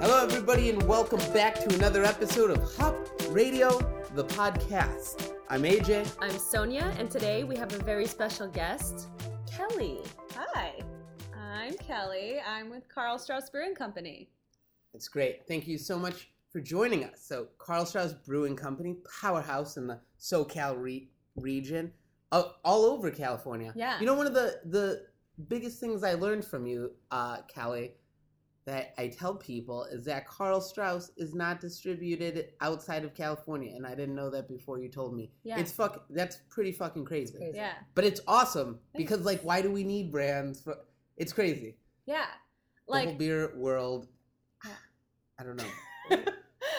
Hello, everybody, and welcome back to another episode of Hop Radio, the podcast. I'm AJ. I'm Sonia, and today we have a very special guest, Kelly. Hi, I'm Kelly. I'm with Carl Strauss Brewing Company. It's great. Thank you so much for joining us. So, Carl Strauss Brewing Company, powerhouse in the SoCal re- region, uh, all over California. Yeah. You know, one of the the biggest things I learned from you, uh, Kelly, that I tell people is that Carl Strauss is not distributed outside of California, and I didn't know that before you told me. Yeah. It's fuck. That's pretty fucking crazy. crazy. Yeah, But it's awesome because, Thanks. like, why do we need brands? For it's crazy. yeah. the whole Like, beer world. I don't know.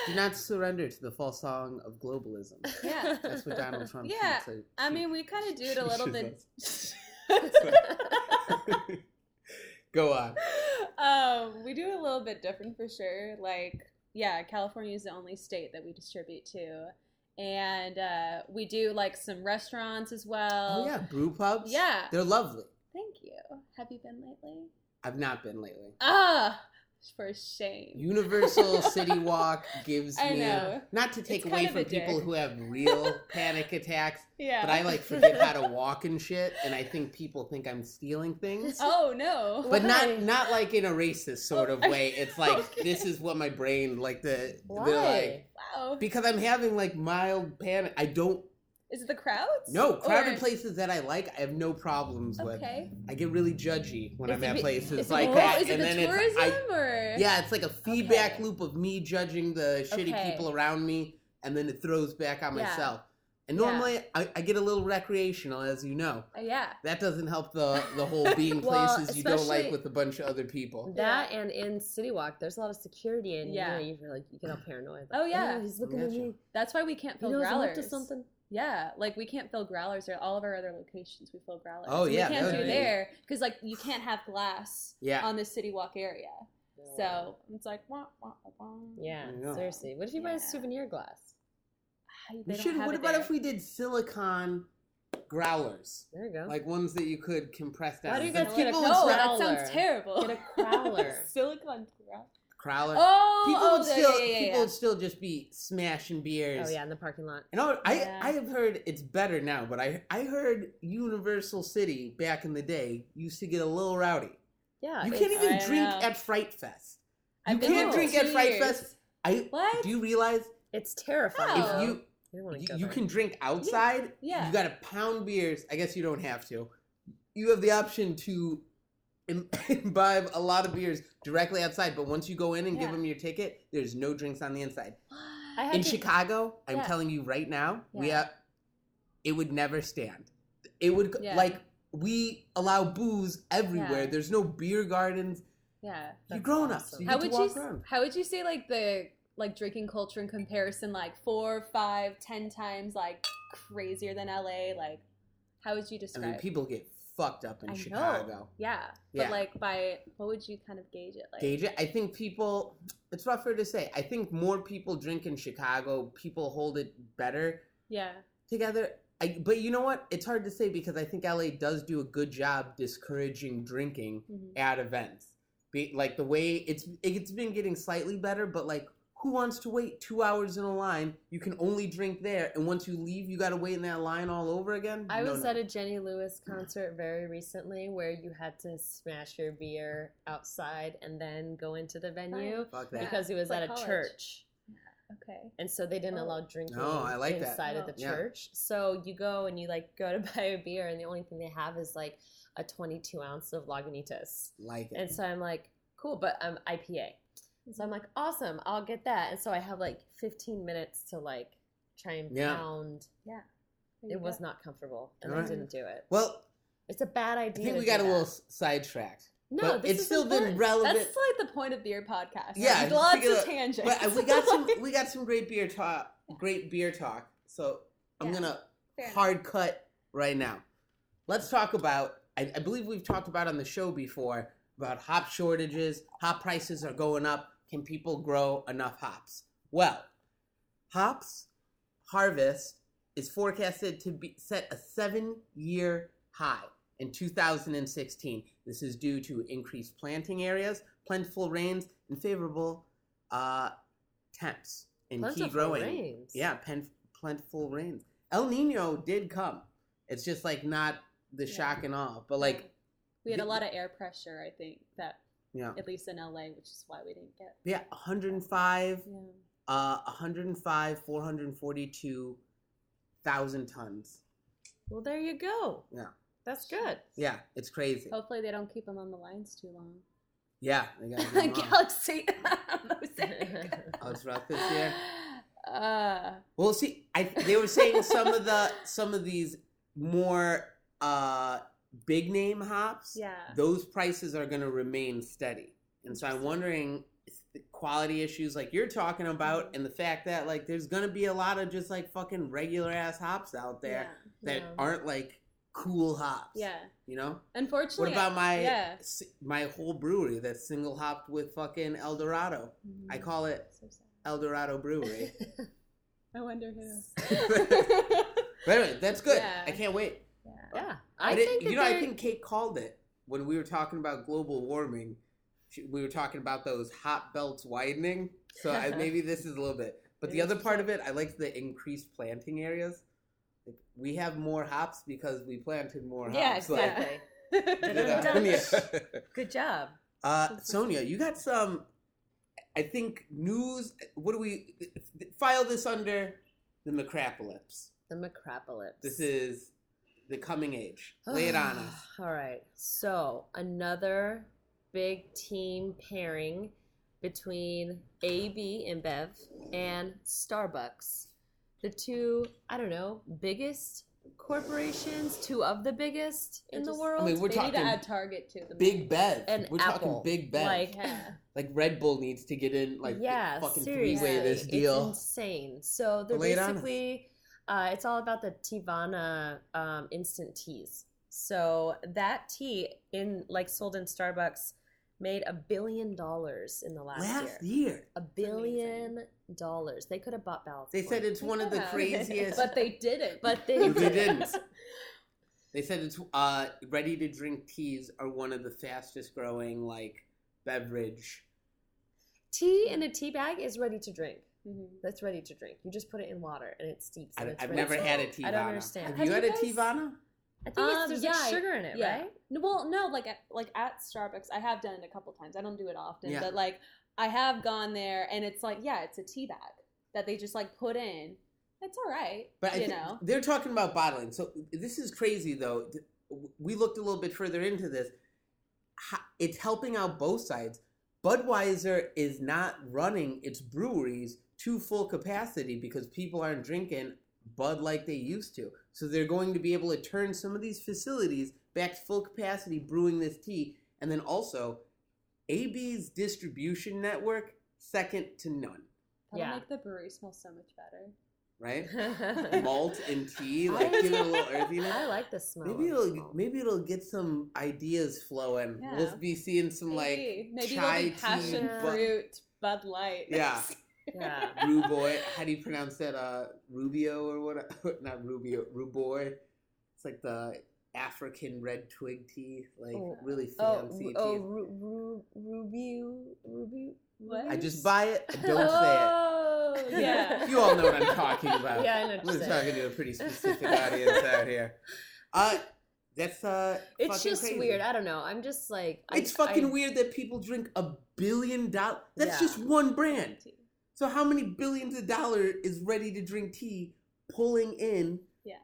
Do not surrender to the false song of globalism. yeah. That's what Donald Trump Yeah, thinks I I should- mean, we kind of do it a little bit. Go on. um, we do it a little bit different for sure. Like, yeah, California is the only state that we distribute to, and uh, we do like some restaurants as well. Oh yeah, brew pubs. Yeah. they're lovely. Thank you. Have you been lately? I've not been lately. Ah, for shame. Universal City Walk gives I me know. not to take It's away kind of from a dick. people who have real panic attacks, yeah. but I like forget how to walk and shit, and I think people think I'm stealing things. Oh no. but Why? not not like in a racist sort of Oh, way. It's like okay. this is what my brain like the Why? they're like Wow. because I'm having like mild panic. I don't Is it the crowds? no crowded Or- places that I like. I have no problems with. Okay. I get really judgy when Is I'm it at be- places is it like Well, that, is it and the then tourism it's I, or? yeah, it's like a feedback Okay. loop of me judging the shitty Okay. people around me, and then it throws back on Yeah. myself. And Yeah. normally, I, I get a little recreational, as you know. Uh, yeah. That doesn't help the the whole being Well, places you don't like especially- with a bunch of other people. That and in City Walk, there's a lot of security, and Yeah. you know, you feel like you get all paranoid. Oh, like, yeah. he's looking at Gotcha. me. That's why we can't He fill knows I'm growlers. up to something. Yeah, like we can't fill growlers at all of our other locations. We fill growlers. Oh, yeah, we can't that do would be- there because like you can't have glass Yeah. on the city walk area. So it's like wah, wah, wah, wah. yeah, Yeah. seriously, what if you buy a Yeah. souvenir glass? They we don't should. have What it about there. if we did silicon growlers, There you go. like ones that you could compress down? Why do you But guys Get a people would no, would that growler? sounds terrible. Get a growler. Silicon growler. growler? Oh, people oh, would yeah, still. yeah, yeah, people yeah. would still just be smashing beers. oh yeah, in the parking lot. And I, I, Yeah. I have heard it's better now, but I, I heard Universal City back in the day used to get a little rowdy. Yeah, You it's- can't even I drink know. at Fright Fest. I've you been can't there drink two at Fright years. Fest. I. What? Do you realize It's terrifying. Oh. if you you, don't wanna you, go you there. can drink outside. Yeah. You got to pound beers. I guess you don't have to. You have the option to im- imbibe a lot of beers directly outside, but once you go in and give Yeah. them your ticket, there's no drinks on the inside. I had In to- Chicago, I'm Yeah. telling you right now, we Yeah. have, it would never stand. It would Yeah. like we allow booze everywhere. Yeah. There's no beer gardens. yeah. You're That's grown ups. awesome. You how get to would you walk s- around. how would you say like the like drinking culture in comparison like four five ten times like crazier than la like how would you I describe mean, people get fucked up in I know. Chicago. yeah Yeah. but like by what would you kind of gauge it like gauge it. I think people. It's rougher to say. I think more people drink in Chicago. People hold it better yeah together. I, but you know what? It's hard to say because I think LA does do a good job discouraging drinking Mhm. at events. Be, like the way it's it's been getting slightly better, but like who wants to wait two hours in a line? You can only drink there, and once you leave, you got to wait in that line all over again. I No, was no. at a Jenny Lewis concert very recently where you had to smash your beer outside and then go into the venue fuck that. because it was It's like at a college. church. okay And so they didn't Oh. allow drinking No, I like that. inside of No. the Yeah. church. So you go and you like go to buy a beer and the only thing they have is like a 22 ounce of Lagunitas. like it. And so I'm like, cool, but I'm IPA. So I'm like, awesome, I'll get that. And so I have like 15 minutes to like try and Yeah. pound. There you It was go. not comfortable and I Alright. didn't do it. well, It's a bad I idea. think to we do got a that. little s- sidetracked. No, but this it's is still been important. relevant. that's like the point of beer podcast Yeah, There's lots figure of out- tangents but uh, we got some we got some great beer talk great beer talk so i'm Yeah. gonna Fair enough. hard cut right now let's talk about I, I believe we've talked about on the show before about hop shortages hop prices are going up can people grow enough hops well hops harvest is forecasted to be set a seven year high in 2016 this is due to increased planting areas plentiful rains and favorable uh, temps and Plentiful key growing. rains. Yeah, pen- plentiful rains. El Nino did come. It's just like not the Yeah. shock and awe, but like we had a the- lot of air pressure, I think, that yeah, at least in LA, which is why we didn't get. yeah, 105, Yeah. uh, 105, 442 thousand tons. Well, there you go. Yeah. That's good. Yeah, it's crazy. Hopefully, they don't keep them on the lines too long. Yeah, they got Galaxy mosaic. Oh, it's rough this year. Uh, Well, see, I, they were saying some of the some of these more uh, big name hops. yeah. Those prices are going to remain steady, and so I'm wondering if the quality issues like you're talking about, and the fact that like there's going to be a lot of just like fucking regular ass hops out there that Yeah. aren't like cool hops. Yeah. yeah. you know. What Unfortunately. about my Yeah. s- my whole brewery that's single hopped with fucking El Dorado? I Mm. call it Mm-hmm. So sad. El Dorado Brewery. I wonder who. But anyway, that's good. Yeah. I can't wait. yeah. I, I, didn't- think that you know, I they're- think Kate called it when we were talking about global warming. She, we were talking about those hot belts widening. So I, maybe this is a little bit. But the Maybe other it's part of it, I like the increased planting areas. Like, we have more hops because we planted more hops. Yeah, Like, exactly. you know? Yeah. Good job. uh, Sonia, you got some. I think news. What do we file this under? The Macrapolis. The Macropolis. This is the coming age. Lay it on us. All right. So another big team pairing between AB InBev and Starbucks, the two I don't know biggest corporations, two of the biggest in They're the just- world. I mean, we're they talking need to add Target to the Big Bev. An We're apple, talking Big Bev. Like, like- Yeah. Red Bull needs to get in like yeah, fucking seriously. three way this It's deal. insane. So they're Lay it on us. basically, uh, it's all about the Tivana um, instant teas. So that tea in like sold in Starbucks made a billion dollars in the last, year. Last year. A billion dollars. They could have bought balance. They said it's one of the Yeah. craziest But they didn't. but they, They did. didn't. They said it's uh ready to drink teas are one of the fastest growing like beverage. Tea in a tea bag is ready to drink. Mhm. That's ready to drink. You just put it in water and it steams. I, and it's I've ready never to- had a Tivana. I don't understand. Have you Have had you a guys- Tivana? I think it's, Um, there's yeah, like sugar in it, yeah. right? No, Well, no, like at, like at Starbucks, I have done it a couple times. I don't do it often, Yeah. but like I have gone there, and it's like yeah, it's a tea bag that they just like put in. It's all right, But I you thi- know. they're talking about bottling. So this is crazy, though. Th- We looked a little bit further into this. Ha- It's helping out both sides. Budweiser is not running its breweries to full capacity because people aren't drinking Bud like they used to. So they're going to be able to turn some of these facilities back to full capacity brewing this tea. And then also, AB's distribution network, second to none, That'll Yeah. make the brewery smell so much better. right? Malt and tea, like I- give it a little earthiness. I like the smell. Maybe of it'll smoke. maybe it'll get some ideas flowing. We'll Yeah. be seeing some maybe chai maybe there'll be tea, passion Bud- fruit Bud Light. Yeah. yeah. like Ruboy. How do you pronounce that? Uh, Rubio or what? Not Rubio. Ruboy. It's like the African red twig tea, like Oh. really Oh, fancy ru- tea. oh, ru- ru- Ruby, Ruby. What? I just buy it. I don't say oh, it. yeah. You all know what I'm talking about. Yeah, I know. What We're you're saying. talking to a pretty specific audience out here. Uh, that's uh. It's fucking just crazy. weird. I don't know. I'm just like I- It's fucking I- weird that people drink a billion dollars. That's Yeah. just one brand. So how many billions of dollars is ready to drink tea pulling in? Yeah.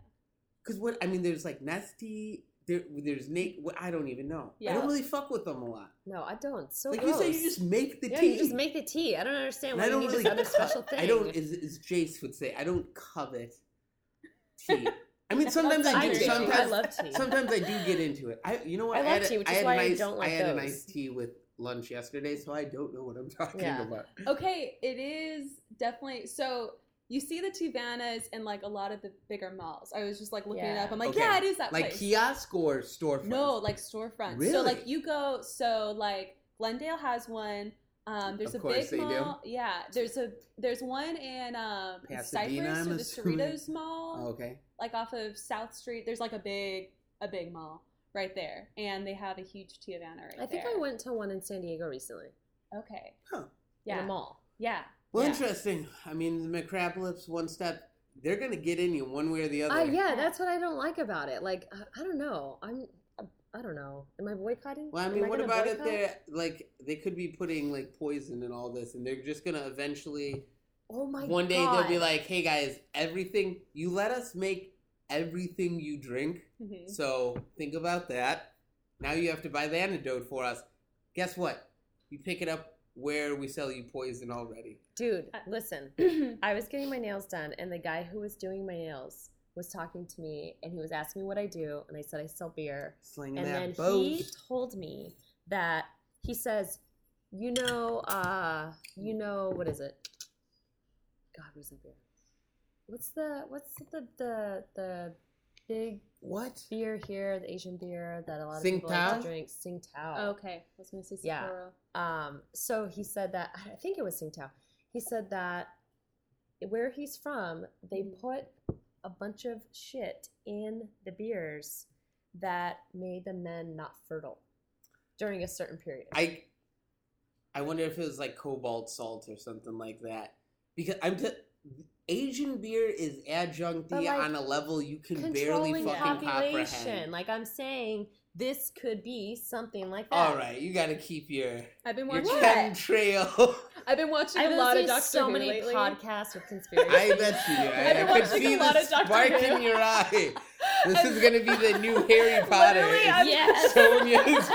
Because what I mean, there's like Nesty. There, there's Nate. What, I don't even know. I Yeah. don't really fuck with them a lot. No, I don't. So like gross. you said, you just make the yeah, tea. you just make the tea. I don't understand And why I don't you need really. this other special co- thing. I don't. As, as Jace would say, I don't covet tea. I mean, sometimes I I, do. do. Sometimes I love tea. Sometimes I do get into it. I, you know what? I love had a- tea, which is had why I an ice- don't like I had an those. iced tea with lunch yesterday, so I don't know what I'm talking Yeah. about. Okay, it is definitely so. You see the Tivanas in like a lot of the bigger malls. I was just like looking it Yeah. up. I'm like, Okay. yeah, it is that Like place. kiosk or storefront. No, like storefronts. Really? So like you go. So like Glendale has one. Um, there's Of a course big they do. mall. Yeah, there's a there's one in um, Pasadena, Cypress I'm or the assuming. Cerritos Mall, Oh, okay. like off of South Street. There's like a big a big mall right there, and they have a huge Tivana right I think there. I went to one in San Diego recently. Okay. Huh. Yeah. In a Yeah. mall. Yeah. Well, yeah. interesting. I mean, the McCraplips, one step, they're going to get in you one way or the other. Uh, yeah, that's what I don't like about it. Like, I- I don't know. I'm, I don't know. Am I boycotting? Well, I Am mean, what gonna about if boycott? they're like they could be putting like poison and all this, and they're just gonna eventually Oh my one day God. they'll be like, "Hey guys, everything you let us make everything you drink, Mm-hmm. Mhm. so think about that. Now you have to buy the antidote for us. Guess what? You pick it up where we sell you poison already. dude, I- listen. I was getting my nails done, and the guy who was doing my nails was talking to me, and he was asking me what I do, and I said I sell beer, Slinging and then that boat. he told me that he says, you know, uh, you know, what is it? God, what's that beer? What's the what's the the the big What? beer here? The Asian beer that a lot of Sing people like Tao? to drink. Sing Tao. okay. I was gonna say Oh. Yeah. Sapporo. Um, so he said that I think it was Singtao. He said that where he's from, they Mhm. put a bunch of shit in the beers that made the men not fertile during a certain period. I I wonder if it was like cobalt salt or something like that. Because I'm t- Asian beer is adjuncty But, like, on a level you can barely Controlling fucking the population, comprehend. like I'm saying, this could be something like that. All right, you got to keep your I've been your watching. chemtrail. I've been watching I've a lot of listened Doctor to so Who many lately. podcasts with conspiracy. I bet you. I, I've been I could watching see a lot the of Doctor spark Who. in your eye. This I've- is gonna be the new Harry Potter. Literally, I'm- Yes. Sonia's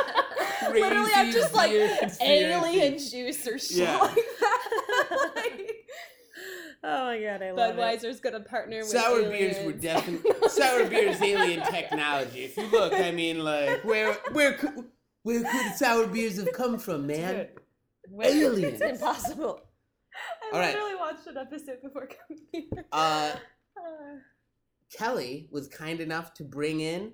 crazy Literally, I'm just like beer conspiracy. alien juice or shit Yeah. like that. Like, oh my god, I love it. Budweiser's gonna partner with Sour aliens. beers were definitely sour beers alien technology. If you look, I mean, like where where could where could sour beers have come from, man? Dude, Aliens. It's impossible. I All right. literally watched an episode before coming here. Uh, Uh, Kelly was kind enough to bring in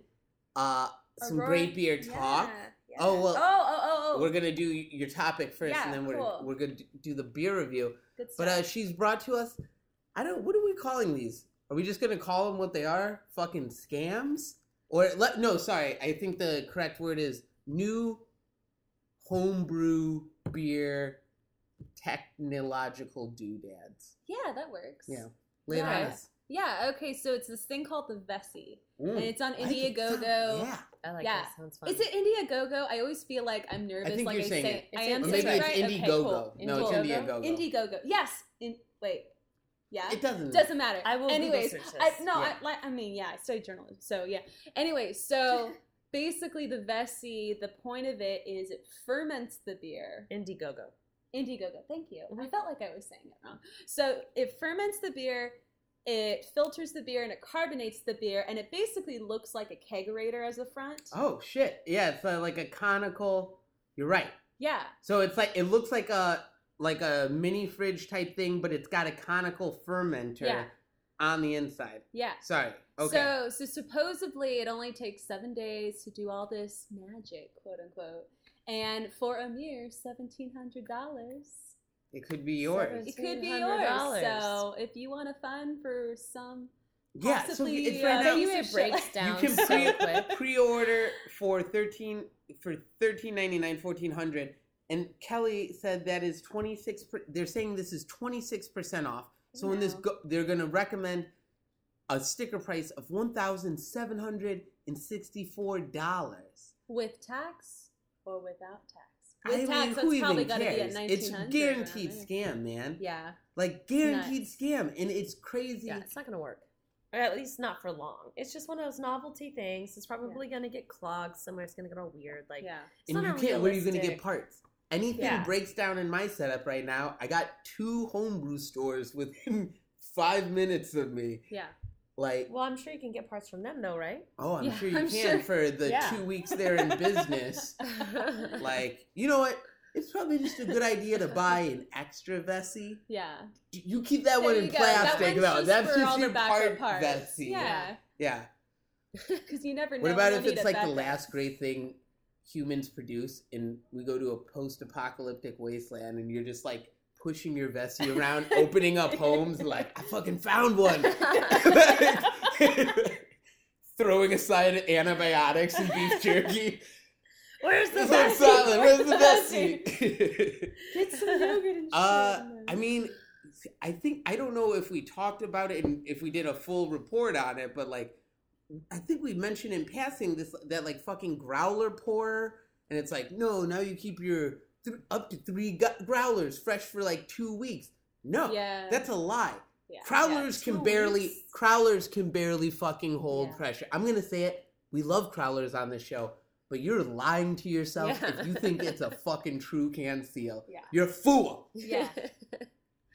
uh, some Aurora- great beer yeah, talk. yeah. Oh, well, Oh oh oh. oh. We're gonna do your topic first, Yeah, and then we're cool. we're gonna do the beer review. Good stuff. But uh, she's brought to us. I don't. What are we calling these? Are we just gonna call them what they are? Fucking scams? Or let, no? Sorry, I think the correct word is new homebrew beer technological doodads. yeah, that works. Yeah. Lay it on Yeah. us. Yeah, okay, so it's this thing called the Vessi. Mm. And it's on I like it. Indiegogo. Yeah. I like Yeah. that. Sounds fun. Is it Indiegogo? I always feel like I'm nervous. think like you're I saying say, it. I It's am Or Indiegogo. maybe saying it's it right. Indiegogo. Okay, no, it's cool. Indiegogo. Indiegogo. Yes. In, wait. Yeah. It doesn't. Doesn't matter. I will Google Anyways, search I, this. no, Yeah. I, like, I mean, yeah, I studied journalism, so yeah. Anyway, so basically, the Vessi, the point of it is it ferments the beer. Indiegogo. Indiegogo. Thank you. I Mhm. felt like I was saying it wrong. So it ferments the beer, it filters the beer, and it carbonates the beer, and it basically looks like a kegerator as a front. Oh shit! Yeah, it's uh, like a conical. You're right. Yeah. So it's like it looks like a like a mini fridge type thing, but it's got a conical fermenter Yeah. on the inside. Yeah. Sorry. Okay. So, so supposedly it only takes seven days to do all this magic, quote unquote, and for a mere seventeen hundred dollars, it could be yours. it could be yours. $1,700. So, if you want to fund for some, Yeah. So possibly, it's uh, right now. you You some it shit breaks like- down can so quick. pre pre order for thirteen for thirteen ninety nine fourteen hundred. And Kelly said that is twenty six. Per, they're saying this is twenty six percent off. So when this Wow. go, they're gonna recommend a sticker price of one thousand seven hundred and sixty four dollars. with tax or without tax, I with mean, tax, who that's probably even got to be at cares? nineteen It's hundred. guaranteed scam, man. Yeah. Like guaranteed scam, and it's crazy. Yeah, it's not gonna work. Or at least not for long. It's just one of those novelty things. It's probably gonna get clogged somewhere. It's gonna get all weird. Like yeah. it's and you not can't. Where are you gonna get unrealistic. parts? Anything Yeah. breaks down in my setup right now. I got two homebrew stores within five minutes of me. Yeah. Like, Well, I'm sure you can get parts from them though, right? oh, I'm Yeah, sure you I'm can sure. for the Yeah. two weeks they're in business. like, you know what? It's probably just a good idea to buy an extra Vessi. Yeah. You keep that There one you in go. plastic, one's though. That's for just all the your backup part Vessi. Yeah. yeah. Because you never know. What about you'll if need it's a like the backup. last great thing humans produce and we go to a post apocalyptic wasteland and you're just like pushing your vesty around, opening up homes, like, I fucking found one. Throwing aside antibiotics and beef jerky. Where's the Where's best? the salad? seat? Where's the Where's best the seat? Get some yogurt and shit. uh, in I there. mean, I think I don't know if we talked about it and if we did a full report on it, but like, I think we mentioned in passing this that like fucking growler pourer, and it's like, no, now you keep your th- up to three gu- growlers fresh for like two weeks. No, yeah, that's a lie. yeah. Crowlers Yeah, can two barely weeks. crowlers can barely fucking hold Yeah. pressure. I'm gonna say it. We love crowlers on this show, but you're lying to yourself Yeah. if you think it's a fucking true can seal. Yeah. You're a fool. Yeah.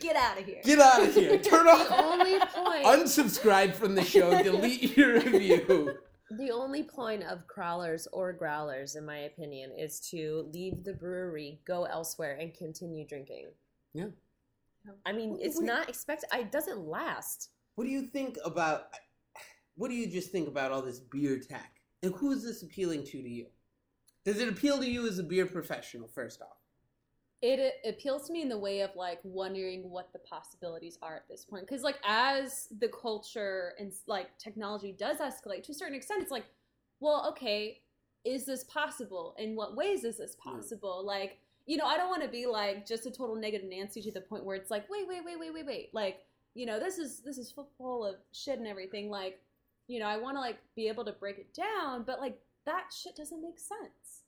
Get out of here. Get out of here. Turn the off. only point. Unsubscribe from the show. Delete your review. The only point of crawlers or growlers, in my opinion, is to leave the brewery, go elsewhere, and continue drinking. Yeah. I mean, it's Wait. not expected. It doesn't last. What do you think about? What do you just think about all this beer tech? And who is this appealing to to you? Does it appeal to you as a beer professional? First off, it a- appeals to me in the way of like wondering what the possibilities are at this point because like as the culture and like technology does escalate to a certain extent it's like well okay is this possible in what ways is this possible like you know i don't want to be like just a total negative nancy to the point where it's like wait wait wait wait wait wait like you know this is this is full of shit and everything like you know i want to like be able to break it down but like that shit doesn't make sense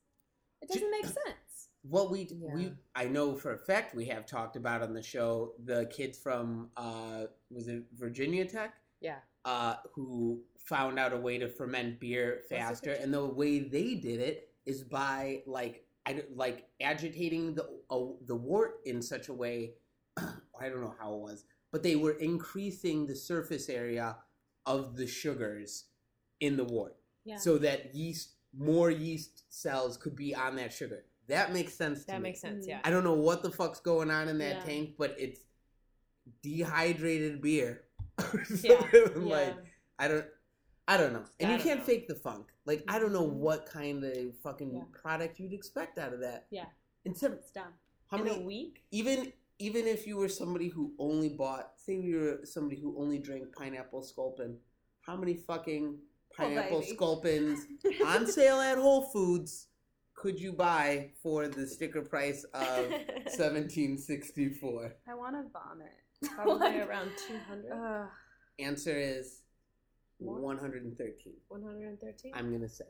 it Ju- doesn't make sense what we Yeah. we I know for a fact we have talked about on the show the kids from uh was it Virginia Tech Yeah. uh who found out a way to ferment beer it faster and the way they did it is by like I don't- like agitating the uh, the wort in such a way I don't know how it was but they were increasing the surface area of the sugars in the wort Yeah. so that yeast more yeast cells could be on that sugar that makes sense to That me. makes sense. Mm. Yeah. I don't know what the fuck's going on in that Yeah. tank, but it's dehydrated beer. Yeah, Like I don't I don't know. And I you don't can't know. fake the funk. Like I don't know Mhm. what kind of fucking Yeah. product you'd expect out of that. Yeah. Instead It's dumb. how in many a week. even even if you were somebody who only bought say you were somebody who only drank pineapple sculpin, how many fucking pineapple baby. sculpins on sale at Whole Foods could you buy for the sticker price of 1764? I want to Mm. vomit. Uh, Probably Like, around 200, ugh. Answer is More? 113. 113. I'm going to say.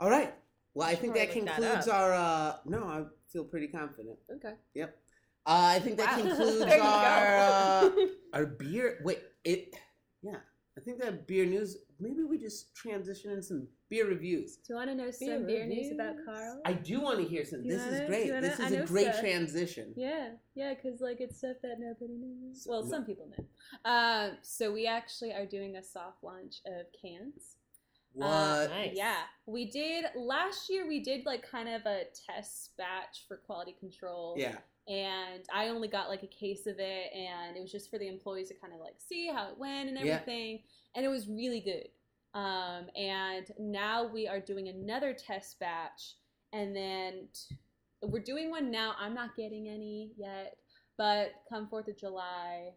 All right. Well, I should think that probably look that concludes up. our. Uh, no, I feel pretty confident. okay. Yep. Uh, I think that Wow. concludes There you our uh, our beer. Wait, it. Yeah, I think that beer news. Maybe we just transition in some beer reviews. Do you want to know Beer some beer news reviews. about Carl? I do want to hear some. You This wanna- is you great. wanna- This I is a know great stuff. transition. Yeah, yeah, because like it's stuff that nobody knows. Well, No. some people know. Um, so we actually are doing a soft launch of cans. What? Uh, Nice. Yeah, we did last year. We did like kind of a test batch for quality control. yeah. and I only got like a case of it, and it was just for the employees to kind of like see how it went and Yeah. everything, and it was really good. Um, and now we are doing another test batch, and then t- we're doing one now. I'm not getting any yet, but come Fourth of July,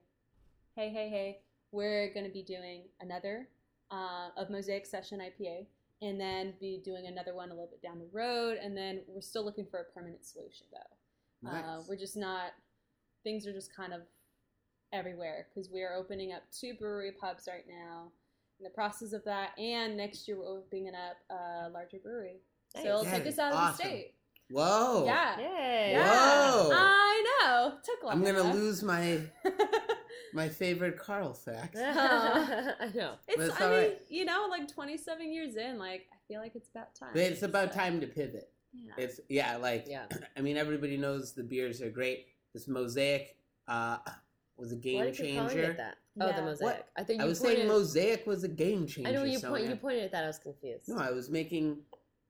hey hey hey, we're gonna be doing another uh, of Mosaic Session IPA. And then be doing another one a little bit down the road, and then we're still looking for a permanent solution though. Uh, Nice. we're just not. Things are just kind of everywhere because we are opening up two brewery pubs right now. In the process of that, and next year we're opening up a larger brewery. Nice. So it'll That take is us out of awesome. Oh. the state. Whoa. Yeah. Yay. Yeah. Whoa. I know. Took a I'm long gonna time. lose my my favorite Carl fact. I know. it's. That's I all mean, right. you know, like 27 years in, like I feel like it's about time. But it's about So, time to pivot. yeah. It's yeah, like Yeah. I mean, everybody knows the beers are great. This mosaic uh, was a game Why did you point at changer. that? Oh, Yeah. the mosaic. What? I think you I was pointed, saying mosaic was a game changer. I know you point, Sonia. you pointed at that. I was confused. No, I was making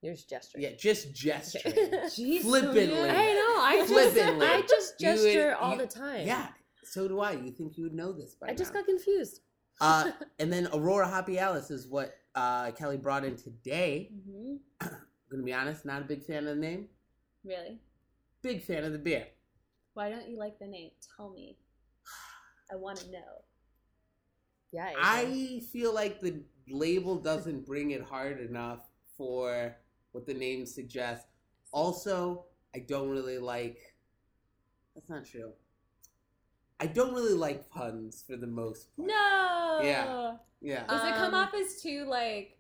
You're just gesturing. yeah, just gesturing. Jeez, Flippantly. Sonia. I know. I just Flippantly. I just You would- gesture all you- the time. yeah, so do I. You think you would know this by I just now. got confused. uh, and then Aurora Hoppy Alice is what uh, Kelly brought in today. Mhm. I'm gonna be honest, not a big fan of the name. Really? Big fan of the beer. Why don't you like the name? Tell me. I want to know. Yeah. Aiden. I feel like the label doesn't bring it hard enough for what the name suggests. Also, I don't really like. That's not true. I don't really like puns for the most part. No. Uh, Yeah. Yeah. Does it come Um, off as too like,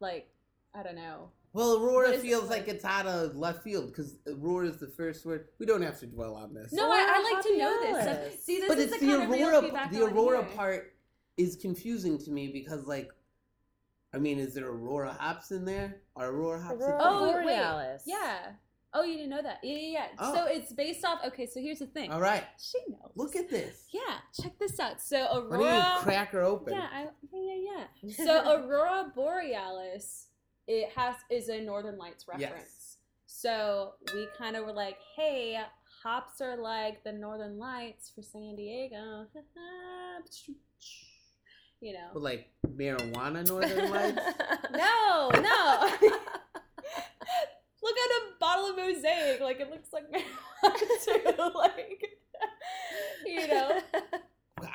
like I don't know? Well, Aurora What is it feels like like? it's out of left field because Aurora is the first word. We don't have to dwell on this. No, Or I, I like to know this. happy stuff. hours. See, this but is it's the, the, kind of real Aurora. feedback I The wanna Aurora hear. part is confusing to me because, like, I mean, is there Aurora hops in there? Are Aurora hops? in Aurora there? Oh, wait. Borealis. Yeah. Oh, you didn't know that. Yeah, yeah. yeah. Oh. So it's based off. Okay, so here's the thing. All right, She knows. look at this. Oh, Yeah, check this out. So Why don't you Aurora. crack her open? Yeah, I, yeah, yeah, yeah. So Aurora Borealis, it has is a Northern Lights Yes. reference. So we kind of were like, hey, hops are like the Northern Lights for San Diego. you know. But like marijuana, Northern Lights. No, no. Look at a bottle of mosaic. Like it looks like marijuana too. Like you know.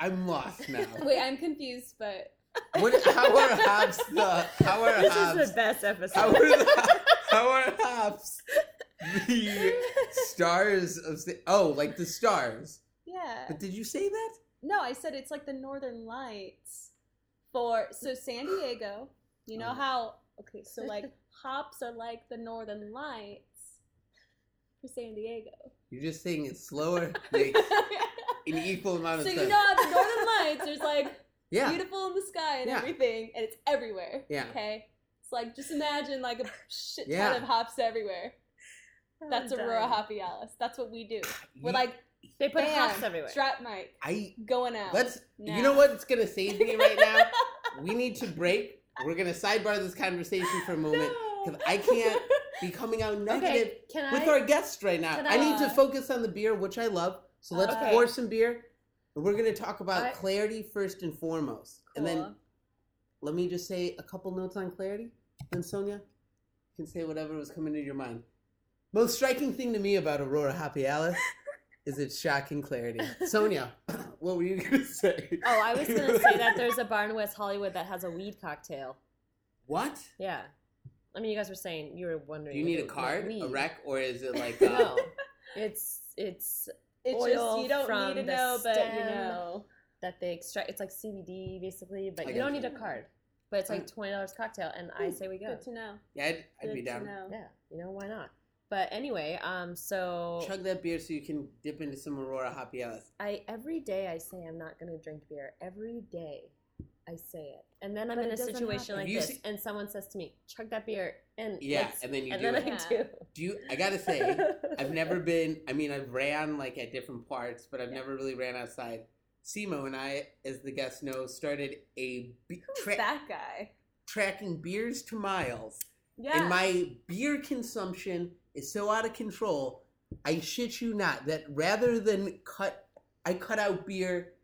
I'm lost now. Wait, I'm confused, but What? How are hops the? How are This hops? is the best episode. um, how are the? How are hops? The stars of Sa- oh, like the stars. yeah. But did you say that? No, I said it's like the Northern Lights for so San Diego. You know Oh. how okay, so like hops are like the Northern Lights for San Diego. You're just saying it slower, like an equal amount of so time. you know how the Northern Lights there's like yeah, beautiful in the sky and Yeah. everything, and it's everywhere. Yeah. Okay. It's like just imagine like a shit ton Yeah. of hops everywhere. That's I'm Aurora dying. Hoppy Alice. That's what we do. We're You- like They put bam, hops everywhere. Strap mic I going out. let's. now. You know what's gonna save me right now? we need to break. We're gonna sidebar this conversation for a moment. No. 'cause I can't Be coming out negative Okay, can with I? our guests right now. can I, I- need to focus on the beer, which I love. So let's Okay. pour some beer. And we're gonna talk about I- clarity first and foremost, and then Cool. let me just say a couple notes on clarity. Then Sonia can say whatever was coming to your mind. Most striking thing to me about Aurora Happy Alice is its shocking clarity. Sonia, what were you gonna say? oh, I was gonna say that there's a bar in West Hollywood that has a weed cocktail. What? Yeah. I mean, you guys were saying you were wondering. Do you if need it a was card, weed. a rec, or is it like? No, Uh, it's it's It's oil just you don't from need to the know, but you stem. know. that they extract. It's like CBD basically, but I you don't got need you. a card. But it's like Mm. Hmm, twenty dollars cocktail, and I say we go. Good to know. yeah, I'd, I'd Good be to down. know. Yeah, you know why not? But anyway, um, so Chug that beer so you can dip into some Aurora Happy Alice. I every day I say I'm not going to drink beer. Every day I say it, and then I'm But in it a doesn't situation happen. like Have you this, seen- and someone says to me, "Chug that beer," and Yeah, let's- and then you and do then it. I do. Do you? I gotta say, I've never been. I mean, I've ran like at different parts, but I've never really ran outside. Simo and I, as the guest knows, started a be- tra- That guy. tracking beers to miles, Yeah. and my beer consumption is so out of control. I shit you not that rather than cut, I cut out beer.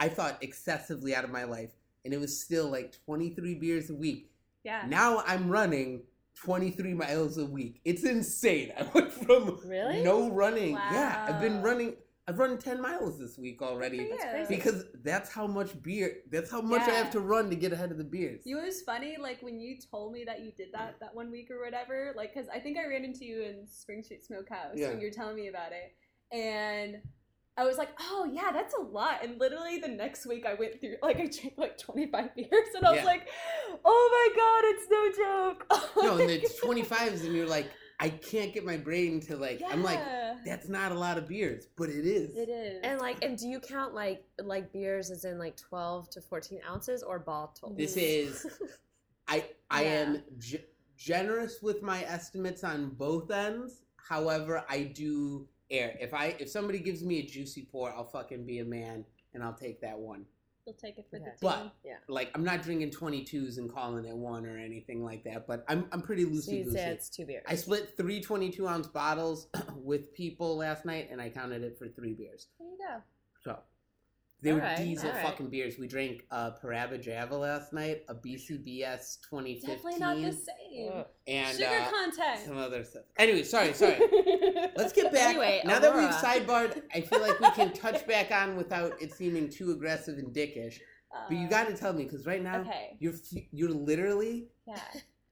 I thought excessively out of my life, and it was still like twenty three beers a week. yeah. Now I'm running 23 miles a week. It's insane. I went from Really? no running. Yeah, I've been Wow. running. I've run 10 miles this week already Good for That's you. crazy. because that's how much beer. That's how much I Yeah. have to run to get ahead of the beers. You know it was funny, like when you told me that you did that that one week or whatever, like because I think I ran into you in Spring Street Smokehouse Yeah. when you were telling me about it, and I was like, oh yeah, that's a lot. And literally the next week I went through, like I drank like twenty five beers, and I was Yeah. like, oh my god, it's no joke. no, and it's 25s, and you're like, I can't get my brain to like. I'm like, Yeah. that's not a lot of beers, but it is. it is. And like, and do you count like like beers as in like twelve to fourteen ounces or bottles? This is. I I Yeah. am ge- generous with my estimates on both ends. However, I do err. If I if somebody gives me a juicy pour, I'll fucking be a man and I'll take that one. You'll take it for the Okay. team. But- yeah. Like I'm not drinking 22s and calling it one or anything like that. But I'm I'm pretty So loosey you goosey. say it's two beers. I split three 22 ounce bottles with people last night, and I counted it for three beers. there you go. So they were Alright, diesel alright. fucking beers. We drank a Paraba Java last night, a BCBS 2015, Definitely not the same. Ugh. and Sugar uh, content. some other stuff. Anyway, sorry, sorry. Let's get back. Anyway, now Aurora. that we've sidebarred, I feel like we can touch back on without it seeming too aggressive and dickish. But you got to tell me because right now Uh, Okay. you're f- you're literally Yeah.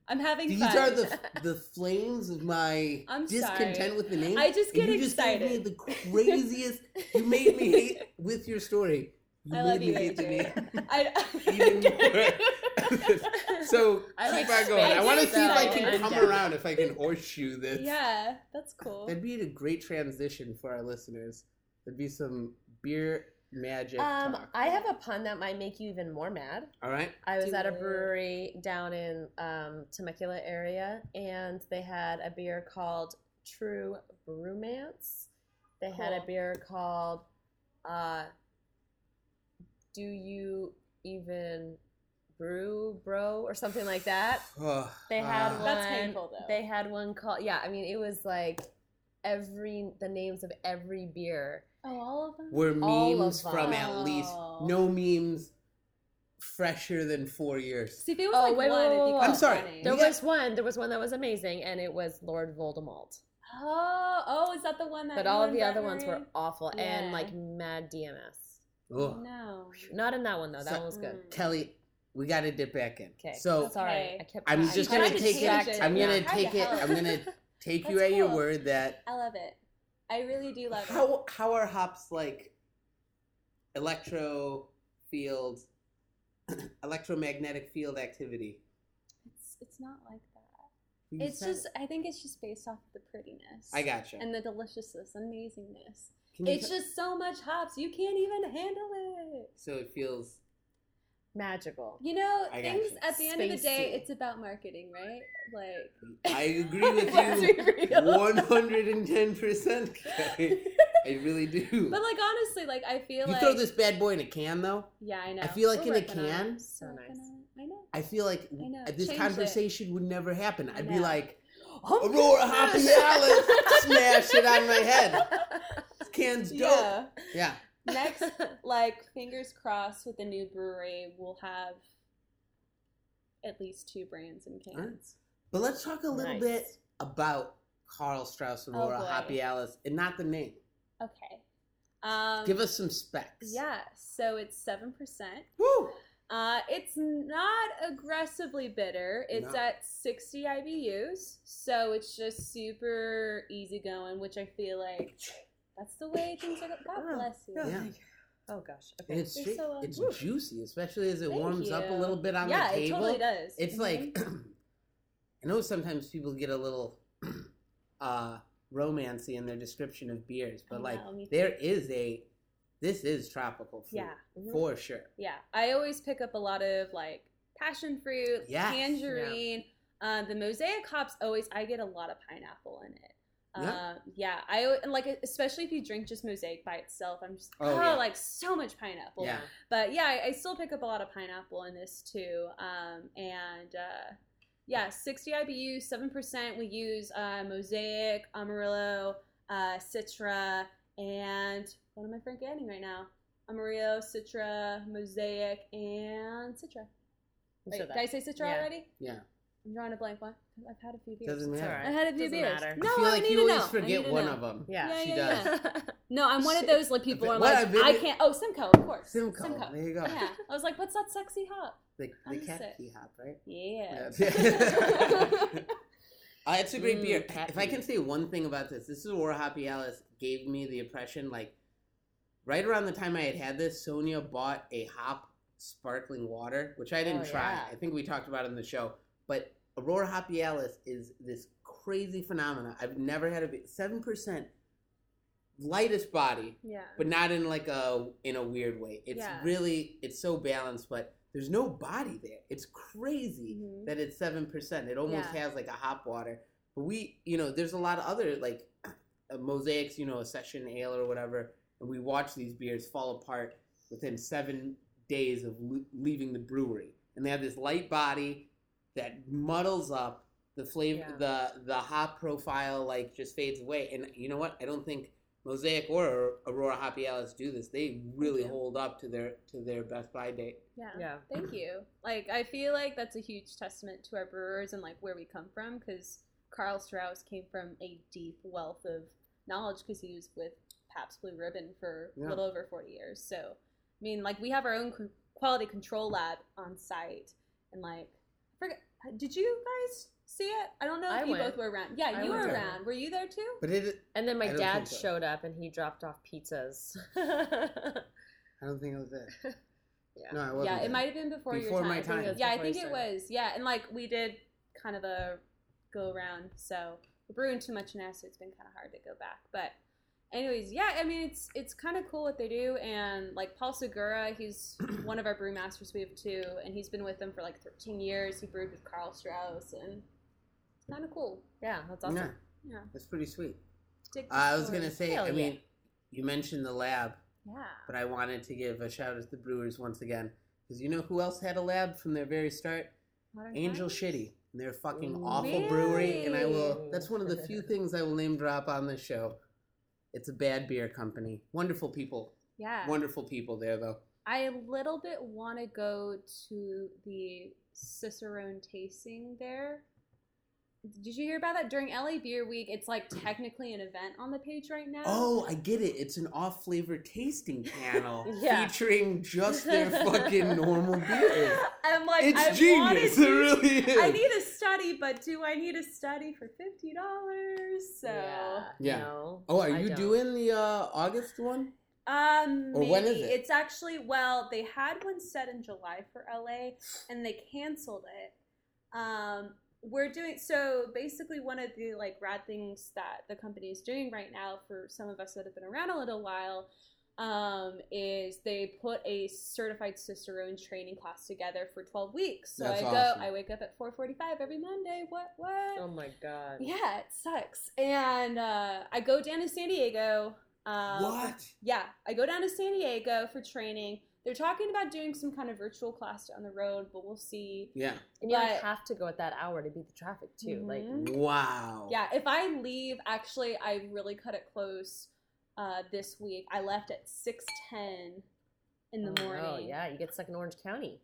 I'm having These fun. are the the flames of my I'm discontent sorry. with the name. I just and get you just excited. Gave me the craziest. you made me hate with your story. You I made love me you, hate the AJ. name. I, Even more. so I keep like on going. I space, want to see if I so can I'm come down. around. If I can horseshoe this. yeah, that's cool. That'd be a great transition for our listeners. There'd be some beer magic. Um, talk. I have a pun that might make you even more mad. All right. I was Do at a it. brewery down in um, Temecula area, and they had a beer called True Brumance. They had a Cool. beer called uh, Do You Even Brew Bro or something like that. Ugh, They had ah. one. That's painful, though. They had one called yeah. I mean, it was like every the names of every beer. oh, all of them. were All of memes them. from at least Oh. no memes fresher than four years. See, if it was Oh, like wait, one, wait, it'd be wait, wait. kinda I'm sorry. funny. There got- was one. There was one that was amazing, and it was Lord Voldemort. Oh, oh, is that the one that? But you all of and the Brett other ones were read? awful and Yeah. like mad DMS. Ugh. No. Not in that one though. That So- one was good. Mm. Oh. Kelly, we got to dip back in. Okay. So sorry, Okay. I kept. I'm I just tried gonna to take it- distract I'm gonna Yeah. How the take it- hell? I'm gonna take you at That's your cool. word that I love it. I really do love it. how how are hops like electro field, electromagnetic field activity. It's, it's not like that. You It's said it. just. I think it's just based off of the prettiness. I got you. And the deliciousness, amazingness. Can you It's t- just so much hops. You can't even handle it. so it feels magical. You know, I got things you. at the end of the day, Spacey. it's about marketing, right? Like, I agree with Let's you be real. 110%. Kelly. I really do. but like honestly, like I feel you like throw this bad boy in a can though. Yeah, I know. I feel like We're in a working on it. can- We're So working nice. on it. I know. I feel like I know. this Change it. conversation would never happen. I'd be know. like, Oh my Aurora gosh. Hoppy Allen, smash it on my head. This can's dope. Yeah. Yeah. Next, like fingers crossed, with the new brewery, we'll have at least two brands in cans. Alright. But let's talk a little Nice. bit about Carl Strauss Aurora Oh, boy. Hoppy Alice and not the name. Okay. Um, Give us some specs. Yeah. So it's seven percent. Woo! Uh, it's not aggressively bitter. It's No. at 60 IBUs, so it's just super easygoing, which I feel like that's the way things are. go- God Oh, bless you. Yeah. Oh gosh. And Okay. it's, You're ju- so it's welcome. juicy, especially as it Thank warms up a you. little bit on yeah, the table. it totally does. It's Mhm. like I know sometimes people get a little uh romancy in their description of beers, I but like know, me there is a this is tropical food yeah, for sure. yeah. I always pick up a lot of like passion fruit, Yes. tangerine. Uh, the mosaic hops always. I get a lot of pineapple in it. Yeah. Um, yeah, I al- and like especially if you drink just mosaic by itself. I'm just Oh, oh, yeah. like so much pineapple. Yeah. but yeah, I, I still pick up a lot of pineapple in this too. Um, and uh, yeah, 60 IBU, 7%. We use uh, Mosaic, Amarillo, uh, Citra, and what am I forgetting right now? Amarillo, Citra, Mosaic, and Citra. Wait, So did I say Citra Yeah. already? Yeah. I'm drawing a blank one. 'cause I've had a few beers. Doesn't It's matter. all I had a few Doesn't beers. matter. No, I feel I, like need you to always know. forget one of them. them. Yeah. Yeah, she yeah, does. yeah. No, I'm one of Shit. those like people who are What like, I've been- I can't. Oh, Simcoe, of course. Simcoe, there you go. Yeah, I was like, what's that sexy hop? The, the I'm cat sick. key hop, right? Yeah. Yeah. Uh, it's a great Mm, beer. cat If I meat. can say one thing about this, this is where Hoppy Alice gave me the impression like right around the time I had had this, Sonia bought a hop sparkling water, which I didn't Oh, try. yeah. I think we talked about it in the show. But Aurora Hoppy Alice is this crazy phenomenon. I've never had a be- 7% lightest body, yeah. but not in like a in a weird way. It's Yeah. really it's so balanced, but there's no body there. It's crazy Mhm. that it's seven percent. It almost Yeah. has like a hop water. But we, you know, there's a lot of other like uh, mosaics, you know, a session ale or whatever, and we watch these beers fall apart within seven days of l- leaving the brewery, and they have this light body that muddles up the flavor, Yeah. the the hop profile, like just fades away. And you know what? I don't think Mosaic or Aurora Hoppy Alice do this. They really you. hold up to their to their best by date. yeah. Yeah. Thank you. Like, I feel like that's a huge testament to our brewers and like where we come from because Carl Strauss came from a deep wealth of knowledge because he was with Pabst Blue Ribbon for Yeah. a little over 40 years. So, I mean, like, we have our own c- quality control lab on site and like, I forget, Did you guys see it? I don't know if I you went. both were around. Yeah, I you were went. around. Were you there too? But it, And then my I don't dad think so. showed up and he dropped off pizzas. I don't think I was there. Yeah. No, I wasn't. Yeah, there. it might have been before, Before your time. my I think it time. was- yeah, I Before you think it started. was. Yeah, and like we did kind of a go around. So we're brewing too much now, so it's been kind of hard to go back. But anyways, yeah, I mean it's it's kind of cool what they do. And like Paul Segura, he's one of our brewmasters. We have two, and he's been with them for like 13 years. He brewed with Carl Strauss, and it's kind of cool. yeah, that's awesome. No, Yeah, that's pretty sweet. Uh, Dig the I was story. gonna say, Hell I yeah. mean, you mentioned the lab, yeah. but I wanted to give a shout out to the Brewers once again because you know who else had a lab from their very start? Modern Angel Times? Shitty. And They're a fucking Ooh. awful brewery, and I will. Really? That's one of the few things I will name drop on this show. It's a bad beer company. Wonderful people. Yeah. Wonderful people there though. I a little bit want to go to the Cicerone tasting there. Did you hear about that during LA Beer Week? It's like technically an event on the page right now. Oh, I get it. It's an off flavor tasting panel Yeah. featuring just their fucking normal beers. I'm like, It's I genius. It wanted to- really is. I need a study, but do I need a study for fifty dollars? So, Yeah. no, oh, are I you don't. doing the uh, August one? um, Or when is maybe. it? It's actually well, they had one set in July for LA, and they canceled it. Um, we're doing so basically one of the like rad things that the company is doing right now for some of us that have been around a little while um, is they put a certified Cicerone training class together for 12 weeks. So That's I go, awesome. I wake up at 4:45 every Monday. What what? Oh my god. Yeah, it sucks. And uh, I go down to San Diego. Um, what? yeah, I go down to San Diego for training. They're talking about doing some kind of virtual class down the road, but we'll see. Yeah. And you don't But- have to go at that hour to beat the traffic too. Like Mm-hmm. Mhm. Wow. Yeah, if I leave, actually, I really cut it close uh, this week. I left at six ten in the oh, morning. no, yeah, you get stuck in Orange County.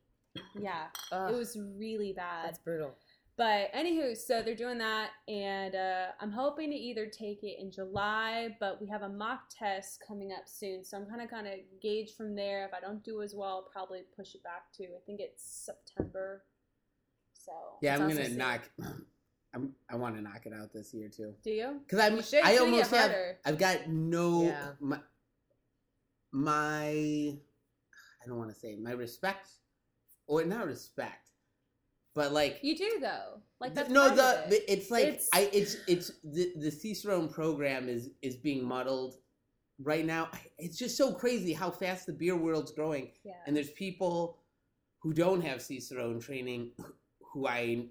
yeah, Ugh, it was really bad. that's brutal. But anywho, so they're doing that, and uh, I'm hoping to either take it in July, but we have a mock test coming up soon, so I'm kind of kind of gauge from there. If I don't do as well, I'll probably push it back to I think it's September. So Yeah, It's I'm also gonna sick. knock. I'm, I want to knock it out this year too. do you? Cause I'm. You should, I it's gonna almost get have. harder. I've got no. Yeah. My, my. I don't want to say my respect, or not respect, but like You do though. Like Th- that's no, part the of it. the- it's like It's- I it's it's the the Cicerone program is is being muddled right now. It's just so crazy how fast the beer world's growing, yeah. and there's people who don't have Cicerone training who I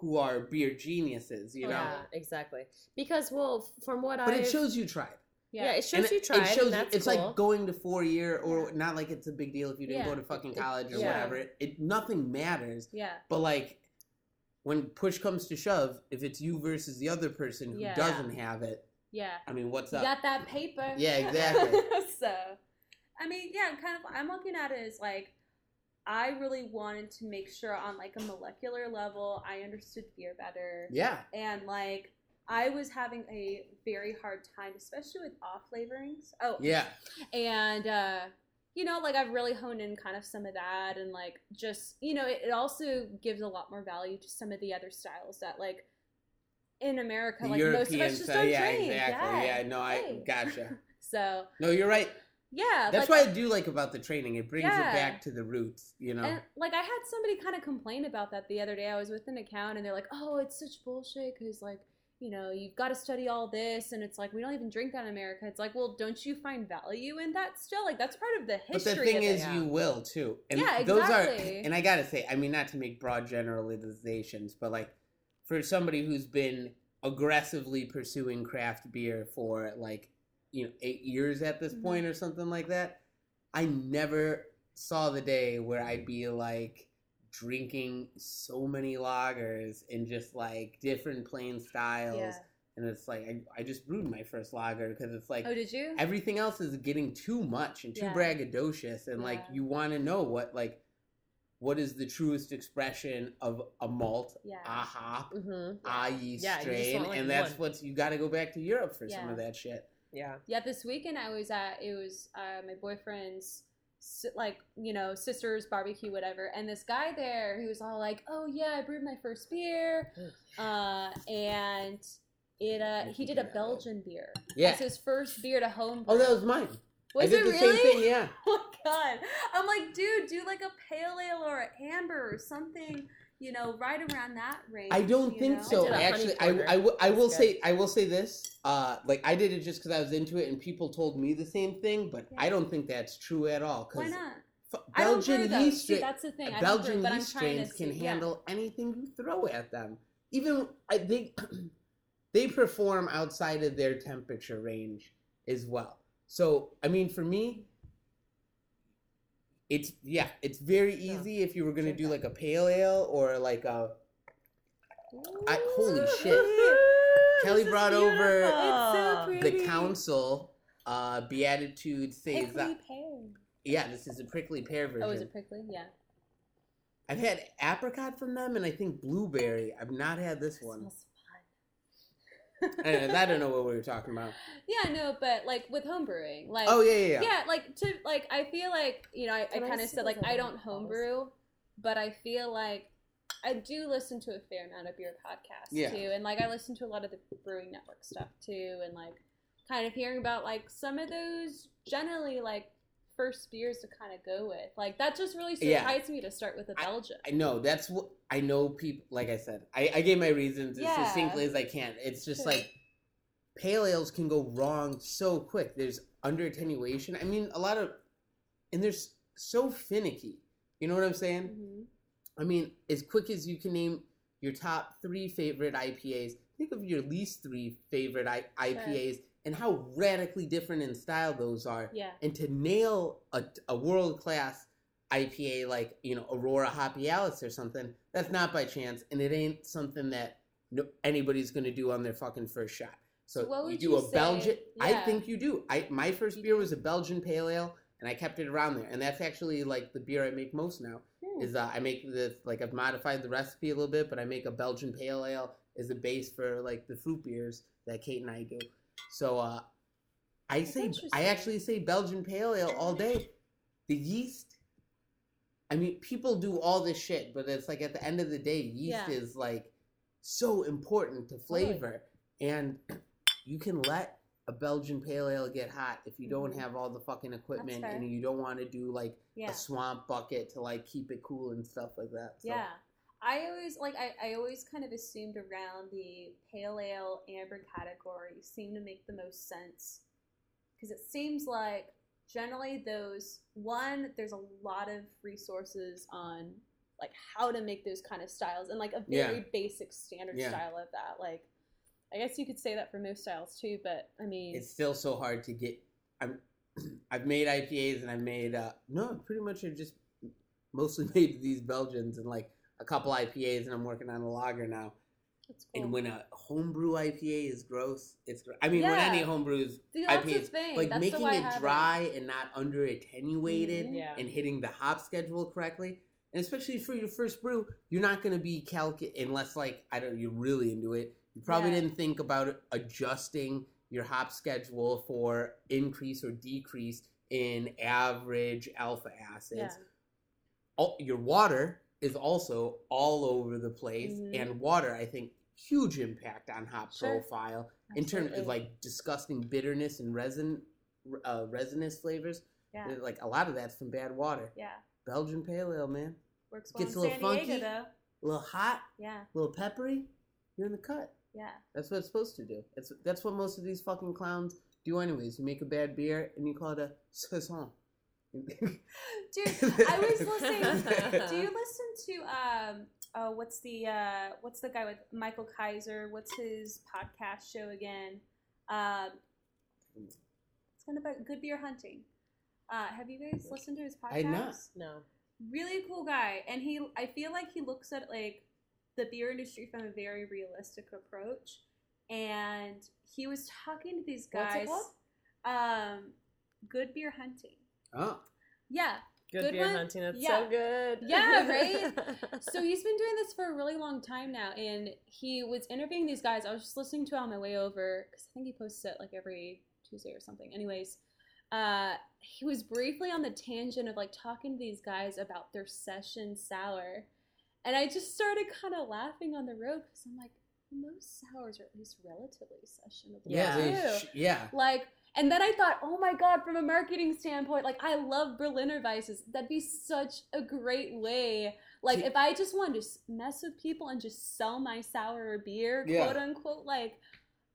who are beer geniuses, you know. Oh, Yeah, exactly. Because well, from what But I it shows you tried. yeah, yeah. it shows you tried. It shows and that's it's cool. like going to four year or not like it's a big deal if you didn't Yeah. go to fucking It- college or yeah. whatever. It, it nothing matters. yeah. But like when push comes to shove, if it's you versus the other person who Yeah. doesn't have it, Yeah. I mean, what's You up? got that paper. Yeah, exactly. so, I mean, yeah, I'm kind of. I'm looking at it as like, I really wanted to make sure on like a molecular level, I understood beer better, yeah, and like I was having a very hard time, especially with off flavorings. Oh, yeah, and uh you know like i've really honed in kind of some of that and like just you know it, it also gives a lot more value to some of the other styles that like in america the like most of European. us just So don't yeah, drink exactly. Yeah, yeah, no, I Hey. gotcha. so No, you're right. yeah That's like, what I do like about the training. It brings it Yeah. back to the roots, you know. And like I had somebody kind of complain about that the other day. I was with an account and they're like, "Oh, it's such bullshit because like you know you've got to study all this and it's like we don't even drink that in America." It's like, well, don't you find value in that still? Like that's part of the but the history. thing of is, it. yeah. you will too. And Yeah, those are, exactly. and I gotta say, I mean, not to make broad generalizations, but like for somebody who's been aggressively pursuing craft beer for like, you know, eight years at this Mhm. point or something like that, I never saw the day where I'd be like drinking so many lagers and just like different plain styles. yeah. And it's like, I, I just brewed my first lager because it's like, Oh, did you? everything else is getting too much and too Yeah. braggadocious and like Yeah. you want to know what like what is the truest expression of a malt yeah. a hop hmm a yeast Yeah, you just strain want, like, and that's one. what's you got to go back to europe for some Yeah. of that shit yeah. Yeah, this weekend I was at it was uh, my boyfriend's si- like you know sisters barbecue whatever and this guy there who was all like oh yeah i brewed my first beer uh and it uh You he can did do a that, belgian beer Yeah. That's his first beer to home Oh, brew. that was mine. I was did it the really same thing. Yeah. oh my god i'm like dude do like a pale ale or an amber or something you know right around that range I don't you think know? so. did a honey Actually, I, porter. I, w- I That's will good. say I will say this. Uh, like I did it just because I was into it, and people told me the same thing. But I Yeah. don't think that's true at all. why Because not I don't brew Belgian though. yeast See, stra- that's the thing. I don't brew, Belgian but I'm yeast trying to strains can see- yeah. handle anything you throw at them. Even I, they they perform outside of their temperature range as well. So I mean, for me, it's yeah, it's very Yeah. easy if you were gonna Same do time. like a pale ale or like a I- holy shit. This Kelly is brought over beautiful. It's so pretty. the council uh beatitude says Prickly that pear. yeah this is a prickly pear version Oh, is it prickly? Yeah. i've had apricot from them and i think blueberry i've not had this one Smells fun. I don't know, I don't know what we were talking about yeah, no, but like with home brewing, like oh yeah yeah yeah, like to like I feel like you know I, I Can I kind of see said like those I other don't ones? homebrew, but I feel like I do listen to a fair amount of beer podcasts Yeah. too, and like I listen to a lot of the Brewing Network stuff too, and like kind of hearing about like some of those generally like first beers to kind of go with like that just really Yeah. surprised me to start with a Belgian. i know that's what i know people like i said i, I gave my reasons as Yeah. succinctly as i can it's just Sure. like pale ales can go wrong so quick there's under attenuation i mean a lot of and they're s- so finicky you know what i'm saying Mm-hmm. Mhm. I mean, as quick as you can name your top three favorite IPAs, think of your least three favorite I- IPAs and how radically different in style those are. Yeah. And to nail a, a world class IPA like, you know, Aurora Hoppy Alice or something, that's not by chance. And it ain't something that no, anybody's going to do on their fucking first shot. So, So what you would do you a Belgian. say- I yeah. think you do. I my first beer was a Belgian pale ale, and I kept it around there. And that's actually like the beer I make most now Hmm. is uh, I make the like I've modified the recipe a little bit, but I make a Belgian pale ale as the base for like the fruit beers that Kate and I do. So uh, I That's say I interesting. actually say Belgian pale ale all day. The yeast. I mean, people do all this shit, but it's like at the end of the day, yeast Yeah. is like so important to Totally. flavor, and you can let a Belgian pale ale get hot if you don't Mhm. have all the fucking equipment fair. and you don't want to do like yeah. a swamp bucket to like keep it cool and stuff like that. So, Yeah. I always like I, I always kind of assumed around the pale ale amber category seemed to make the most sense because it seems like generally those one there's a lot of resources on like how to make those kind of styles and like a Yeah. very basic standard Yeah. style of that like I guess you could say that for most styles too but I mean It's still so hard to get. I'm, I've made IPAs and I've made uh, no, pretty much I've just mostly made these Belgians and like a couple IPAs and I'm working on a lager now. it's And when a homebrew IPA is gross, it's gr- I mean when Yeah. any homebrews See, that's the IPAs, thing like that's the making why I it haven't- dry and not under attenuated Mhm. Yeah. and hitting the hop schedule correctly. And especially for your first brew, you're not going to be calc unless like I don't you're really into it. You probably Yeah. didn't think about adjusting your hop schedule for increase or decrease in average alpha acids. yeah. All, your water is also all over the place Mhm. and water I think huge impact on hop Sure. profile in terms Absolutely. of like disgusting bitterness and resin uh, resinous flavors. yeah Like a lot of that's from bad water. yeah Belgian pale ale, man. works well Gets in a little San Diego funky. though A little hot, yeah a little peppery. You're in the cut. yeah That's what it's supposed to do. That's that's what most of these fucking clowns do, anyways. You make a bad beer and you call it a saison. dude i was listening do you listen to um oh what's the uh what's the guy with michael kaiser what's his podcast show again um it's kind of about good beer hunting uh have you guys listened to his podcast I had not. No. really cool guy and he i feel like he looks at like the beer industry from a very realistic approach and he was talking to these What's it guys um good beer hunting Oh, yeah Good, Good beer one? hunting. That's Yeah. so good. Yeah, right? so he's been doing this for a really long time now and he was interviewing these guys i was just listening to it on my way over because i think he posts it like every tuesday or something anyways uh, he was briefly on the tangent of like talking to these guys about their session sour. And I just started kind of laughing on the road because I'm like, most sours are at least relatively sessionable. Yeah, Yeah. they too. sh- yeah. Like, and then I thought, oh my god, from a marketing standpoint, like I love Berliner Weisses. That'd be such a great way. Like, See- if I just wanted to s- mess with people and just sell my sour or beer, Yeah. quote unquote, like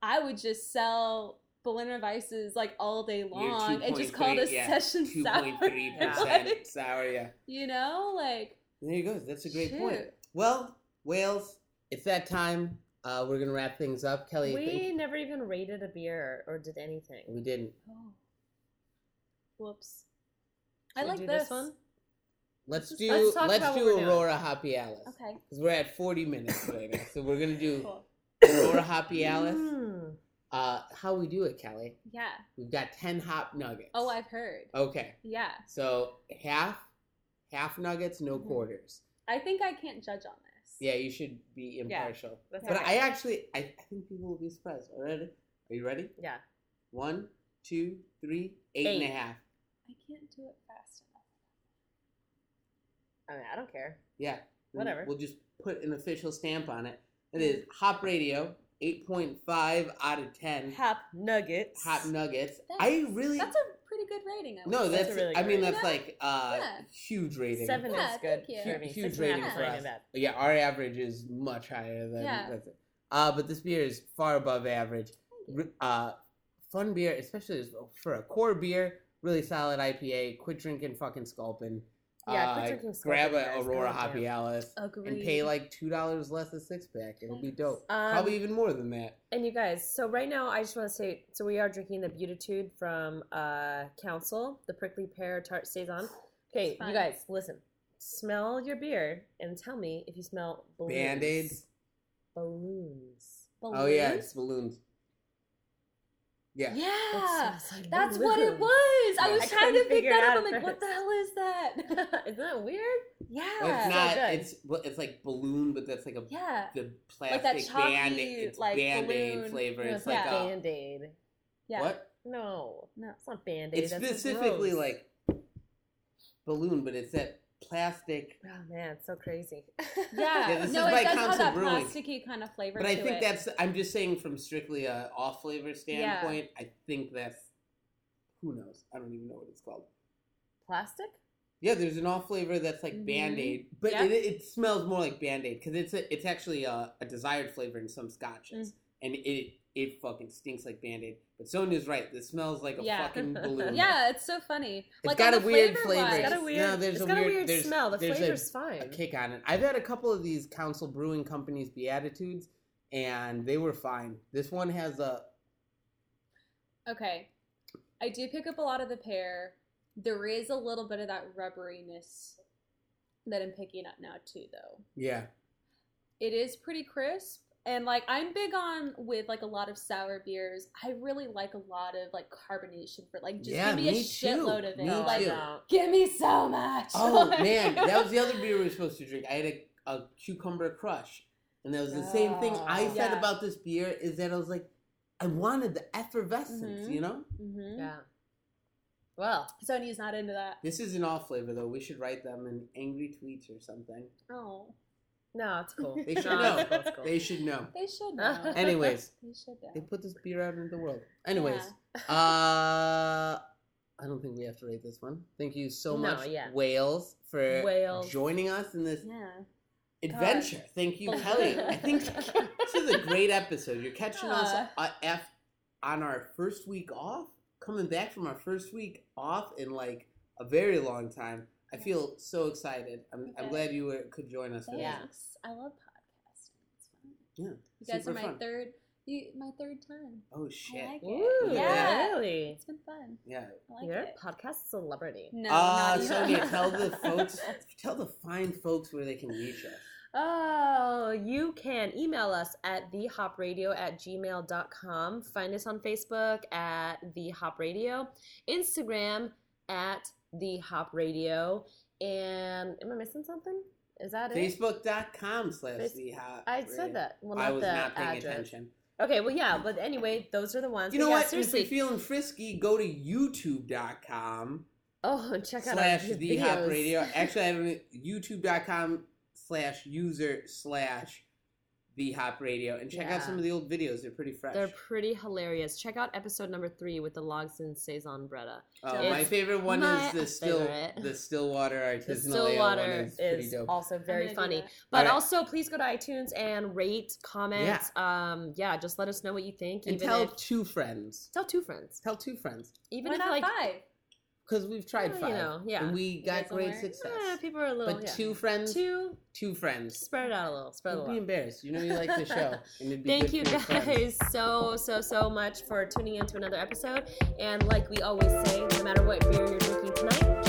I would just sell Berliner Weisses like all day long and just call it a 2.3, yeah. session Two sour. point three Like, percent sour. Yeah. you know, like There you go. That's a great Shoot. point. Well, Wales, it's that time. Uh, we're gonna wrap things up, Kelly. I We think never even rated a beer or did anything. we didn't. oh, whoops. I Should we like do this. this one? Let's Let's do let's, let's talk about what do we're doing. Aurora Happy Alice Okay, because we're at forty minutes later, so we're gonna do cool. Aurora Happy Alice. Mm. Uh, how we do it, Kelly? Yeah. We've got ten hop nuggets. Oh, I've heard. Okay, Yeah. so half, half nuggets, no Mhm. quarters. I think I can't judge on this. Yeah, you should be impartial. That's But okay. I actually, I, I think people will be surprised. Are you ready? Are you ready? yeah. One, two, three, eight and a Eight. half. I can't do it fast enough. I mean, I don't care. Yeah. We'll- Whatever. We'll just put an official stamp on it. It is Hop Radio, 8.5 out of 10. Hop nuggets. Hop Nuggets. That's- I really. That's a pretty good rating. I would no, say. that's. that's a really I mean, great- that's like uh, Yeah. huge rating. Seven Yeah, is good. thank you. for me. Huge Six and a half rating is for not even us. bad. Yeah, our average is much higher than Yeah. that's it. Uh, but this beer is far above average. R- Uh, fun beer, especially as- for a core beer. Really solid IPA. Quit drinking fucking Sculpin. Yeah, quit Uh, drinking Grab Sculpin, a guys. Aurora God damn. Hoppy Alice Agreed. and pay like two dollars less a six pack. It'll be dope. Um, Probably even more than that. And you guys, so right now I just want to say, so we are drinking the Beautitude from uh, Council, the prickly pear tart saison. Okay, It's you fun. guys, listen. Smell your beer and tell me if you smell balloons. Band-Aids? Balloons. Oh yeah, it's balloons. Yeah. Yeah. That smells like Ah, That's what it balloons. was. I Yeah. was I trying to couldn't pick figure that it up. I'm out like, at what the first. hell is that? Isn't that weird? It's yeah. so not. good. It's well, it's like balloon, but that's like a yeah. the that plastic band chalky, it's like, band aid balloon. flavor. No, It's it's like uh, not Yeah. a, band aid. Yeah. what? No, No. it's not band aid. It's specifically like balloon, but it's that plastic. Oh man, it's so crazy. Yeah. Yeah, this no, is by it does Council have that Brewing. plasticky kind of flavor But to I think it. that's. I'm just saying from strictly a off flavor standpoint. I think that's. Who knows? I don't even know what it's called. Plastic? Yeah, there's an off flavor that's like Mhm. Band Aid, but Yeah. it, it smells more like Band Aid because it's a, it's actually a, a desired flavor in some scotches, Mm. and it it fucking stinks like Band Aid. But Sonia's right; this smells like a Yeah. fucking balloon. Yeah, it's so funny. It's like got a on the weird flavor-wise, flavor. It's got a No, weird, there's it's a got weird- a weird there's- smell. The there's a- flavor's fine. a kick on it. I've had a couple of these Council Brewing Company's Beatitudes, and they were fine. This one has a Okay. I do pick up a lot of the pear. There is a little bit of that rubberiness that I'm picking up now too though. yeah, It is pretty crisp. And like I'm big on with like a lot of sour beers. I really like a lot of like carbonation for like just Yeah, give me, me too. a shitload of it. Me No, I like too. don't. give me so much. Oh Like- man, that was the other beer we were supposed to drink. I had a, a cucumber crush, and that was the same thing I Oh. said Yeah. about this beer is that I was like, I wanted the Mm-hmm. effervescence, Mhm. you know. Mhm. Yeah. Well, Sony's not into that. This is an all flavor though. We should write them in angry tweets or something. Oh, no, it's cool. They No, should know. it's cool, it's cool. They should know. they should know. Anyways, they should they know. put this beer out into the world. Anyways, uh, I don't think we have to rate this one. Thank you so No, much, yeah. Wales, for Wales. joining us in this Yeah. adventure. Thank you, Kelly. I think this is a great episode. You're catching us Aw. uh, F on our first week off, coming back from our first week off in like a very long time. I feel so excited. I'm, I'm Okay. glad you were, could join us. For Yeah. This. Thanks. I love podcasting. It's fun. Yeah, You guys super are my fun. third, you, my third time. Oh shit. I like Ooh, it. Yeah. really? It's been fun. yeah. I like You're it. a podcast celebrity. No, Ah, not even. Sonia, tell the folks, tell the fine folks where they can reach us. Oh, you can email us at thehopradio at gmail.com. Find us on Facebook at The Hop Radio, Instagram at The Hop Radio. And am I missing something? Is that it? Facebook.com slash Face- the hot. I said that. Well, not I was the not paying address. attention. Okay, well, yeah, but anyway, those are the ones. You But know yeah, what? Seriously. If you're feeling frisky, go to youtube.com oh, and check out our slash his the hop videos. radio. Actually, I have it- youtube.com slash user slash the hop radio and check out Yeah. some of the old videos. They're pretty fresh. They're pretty hilarious. Check out episode number three with the logs and saison bretta. Uh, my It's favorite one my is the still favorite. the Stillwater artisanal The ale one Stillwater is, pretty is dope. also I'm very gonna do funny. that. But Alright. also, please go to iTunes and rate, comment. Um, yeah, just let us know what you think. and even tell if, two friends. tell two friends. Tell two friends Even Why if not like five? because we've tried Well, five. you know, yeah. and we got guys great aren't- success. eh, people are a little but yeah. two friends, two, two friends. spread it out a little. Spread it a Don't be little. embarrassed. You know you like the show. And it'd be Thank good you for your friends. guys so, so, so much for tuning in to another episode. And like we always say, no matter what beer you're drinking tonight,